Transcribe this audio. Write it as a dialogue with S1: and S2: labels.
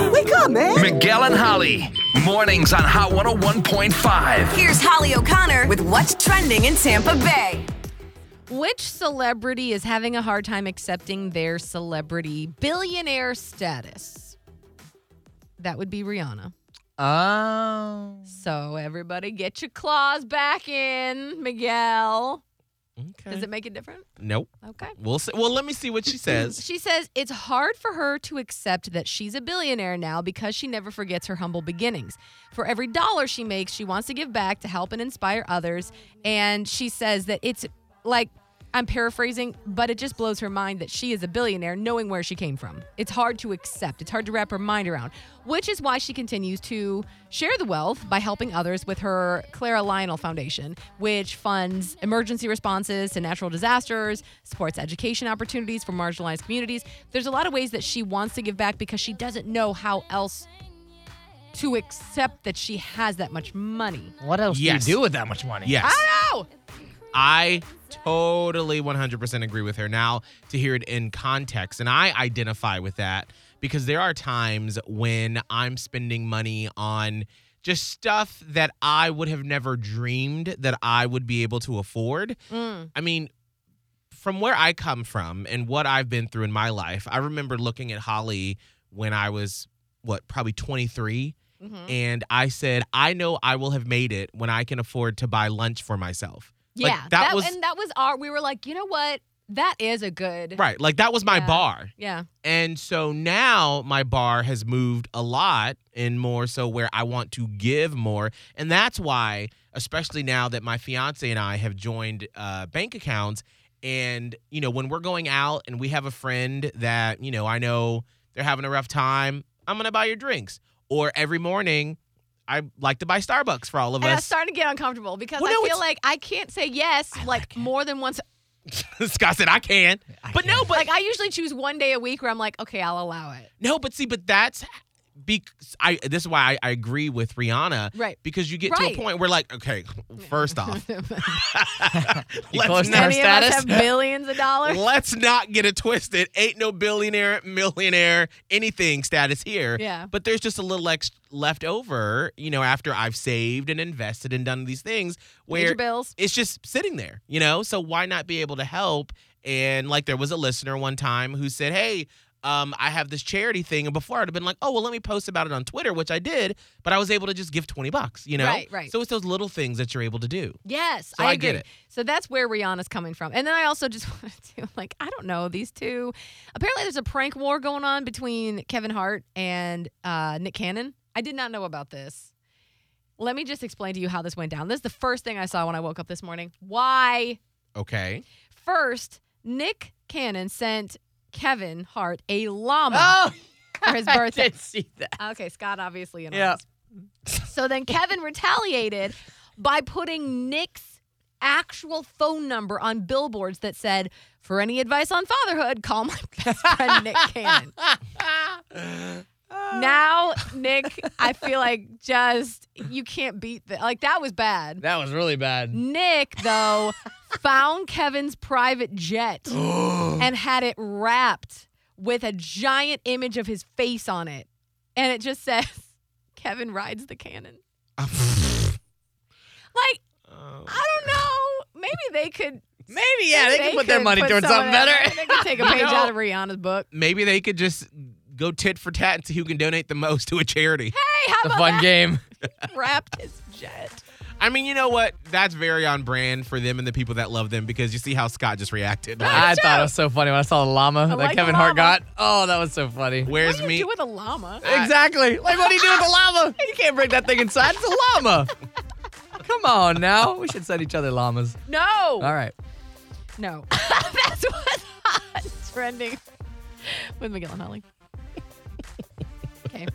S1: on, man.
S2: Miguel and Holly, mornings on Hot 101.5.
S3: Here's Holly O'Connor with what's trending in Tampa Bay.
S4: Which celebrity is having a hard time accepting their celebrity billionaire status? That would be Rihanna.
S5: Oh.
S4: So everybody get your claws back in, Miguel.
S5: Okay.
S4: Does it make it different?
S5: nope.
S4: Okay.
S5: We'll see. Well, let me see what she says.
S4: She says it's hard for her to accept that she's a billionaire now because she never forgets her humble beginnings. For every dollar she makes, she wants to give back to help and inspire others. And she says that it's like, I'm paraphrasing, but it just blows her mind that she is a billionaire knowing where she came from. It's hard to accept, it's hard to wrap her mind around, which is why she continues to share the wealth by helping others with her Clara Lionel Foundation, which funds emergency responses to natural disasters, supports education opportunities for marginalized communities. There's a lot of ways that she wants to give back because she doesn't know how else to accept that she has that much money.
S6: What else
S5: Yes.
S6: do you do with that much money?
S5: Yes.
S4: I don't know.
S5: I totally 100% agree with her. Now, to hear it in context, and I identify with that because there are times when I'm spending money on just stuff that I would have never dreamed that I would be able to afford.
S4: Mm,
S5: I mean, from where I come from and what I've been through in my life, I remember looking at Holly when I was, what, probably 23.
S4: Mhm.
S5: And I said, I know I will have made it when I can afford to buy lunch for myself.
S4: Yeah,
S5: Like,
S4: that,
S5: that was-
S4: and that was our. We were like, you know what? That is a good.
S5: Right. Like that was my
S4: Yeah.
S5: bar.
S4: Yeah.
S5: And so now my bar has moved a lot and more so where I want to give more. And that's why, especially now that my fiance and I have joined uh, bank accounts, and, you know, when we're going out and we have a friend that, you know, I know they're having a rough time, I'm going to buy your drinks. Or every morning, I like to buy Starbucks for all of
S4: And I'm
S5: us.
S4: starting to get uncomfortable because
S5: Well,
S4: I
S5: no,
S4: feel
S5: it's-
S4: like I can't say yes like, more than once.
S5: Scott said, I can.
S6: I
S5: but no,
S6: can't.
S5: but
S4: Like I usually choose one day a week where I'm like, okay, I'll allow it.
S5: No, but see, but that's because I. This is why I, I agree with Rihanna,
S4: Right.
S5: Because you get
S4: Right.
S5: to a point where, like, okay, first off,
S6: You
S5: let's
S6: close to her
S5: not,
S4: Many of us
S6: status?
S4: have billions of dollars.
S5: let's not get it twisted. Ain't no billionaire, millionaire, anything status here.
S4: Yeah.
S5: But there's just a little ex- left over, you know, after I've saved and invested and done these things,
S4: Major
S5: where
S4: bills.
S5: it's just sitting there, you know? So why not be able to help? And like there was a listener one time who said, Hey, um, I have this charity thing. And before I'd have been like, Oh, well, let me post about it on Twitter, which I did, but I was able to just give 20 bucks, you know?
S4: Right, right.
S5: So it's those little things that you're able to do.
S4: Yes,
S5: So
S4: I,
S5: I get
S4: agree.
S5: it.
S4: So that's where Rihanna's coming from. And then I also just wanted to like I don't know these two. Apparently, there's a prank war going on between Kevin Hart and uh, Nick Cannon. I did not know about this. Let me just explain to you how this went down. This is the first thing I saw when I woke up this morning. Why?
S5: Okay.
S4: First, Nick Cannon sent Kevin Hart a llama
S6: Oh,
S4: for his
S6: I
S4: birthday.
S6: did see that.
S4: Okay, Scott obviously. And
S6: Yeah.
S4: So then Kevin retaliated by putting Nick's actual phone number on billboards that said, "For any advice on fatherhood, call my best friend Nick Cannon." now, Nick, I feel like just you can't beat that. Like that was bad.
S6: That was really bad.
S4: Nick, though, found Kevin's private jet
S6: Oh.
S4: and had it wrapped with a giant image of his face on it. And it just says, Kevin rides the cannon.
S6: Oh.
S4: Like, I don't know. Maybe they could.
S6: Maybe yeah, they, can put their
S4: could
S6: money
S4: put
S6: towards
S4: some of
S6: something
S4: that-
S6: better.
S4: They could take a page
S5: know-
S4: out of Rihanna's book.
S5: Maybe they could just go tit for tat and see who can donate the most to a charity.
S4: Hey, how
S6: The
S4: about
S6: fun
S4: that?
S6: game.
S4: Wrapped his jet.
S5: I mean, you know what? That's very on brand for them and the people that love them because you see how Scott just reacted.
S6: I thought it was so funny when I saw the llama that
S4: like the
S6: Kevin Hart
S4: llama.
S6: got. Oh, that was so funny.
S4: What
S5: Where's
S4: do you
S5: me?
S4: do with a llama?
S6: Exactly. Like, what do you do with the llama? You can't bring that thing inside. It's a llama. Come on now. We should send each other llamas.
S4: No.
S6: All right.
S4: No. That's what's hot trending with Miguel and Holly. okay.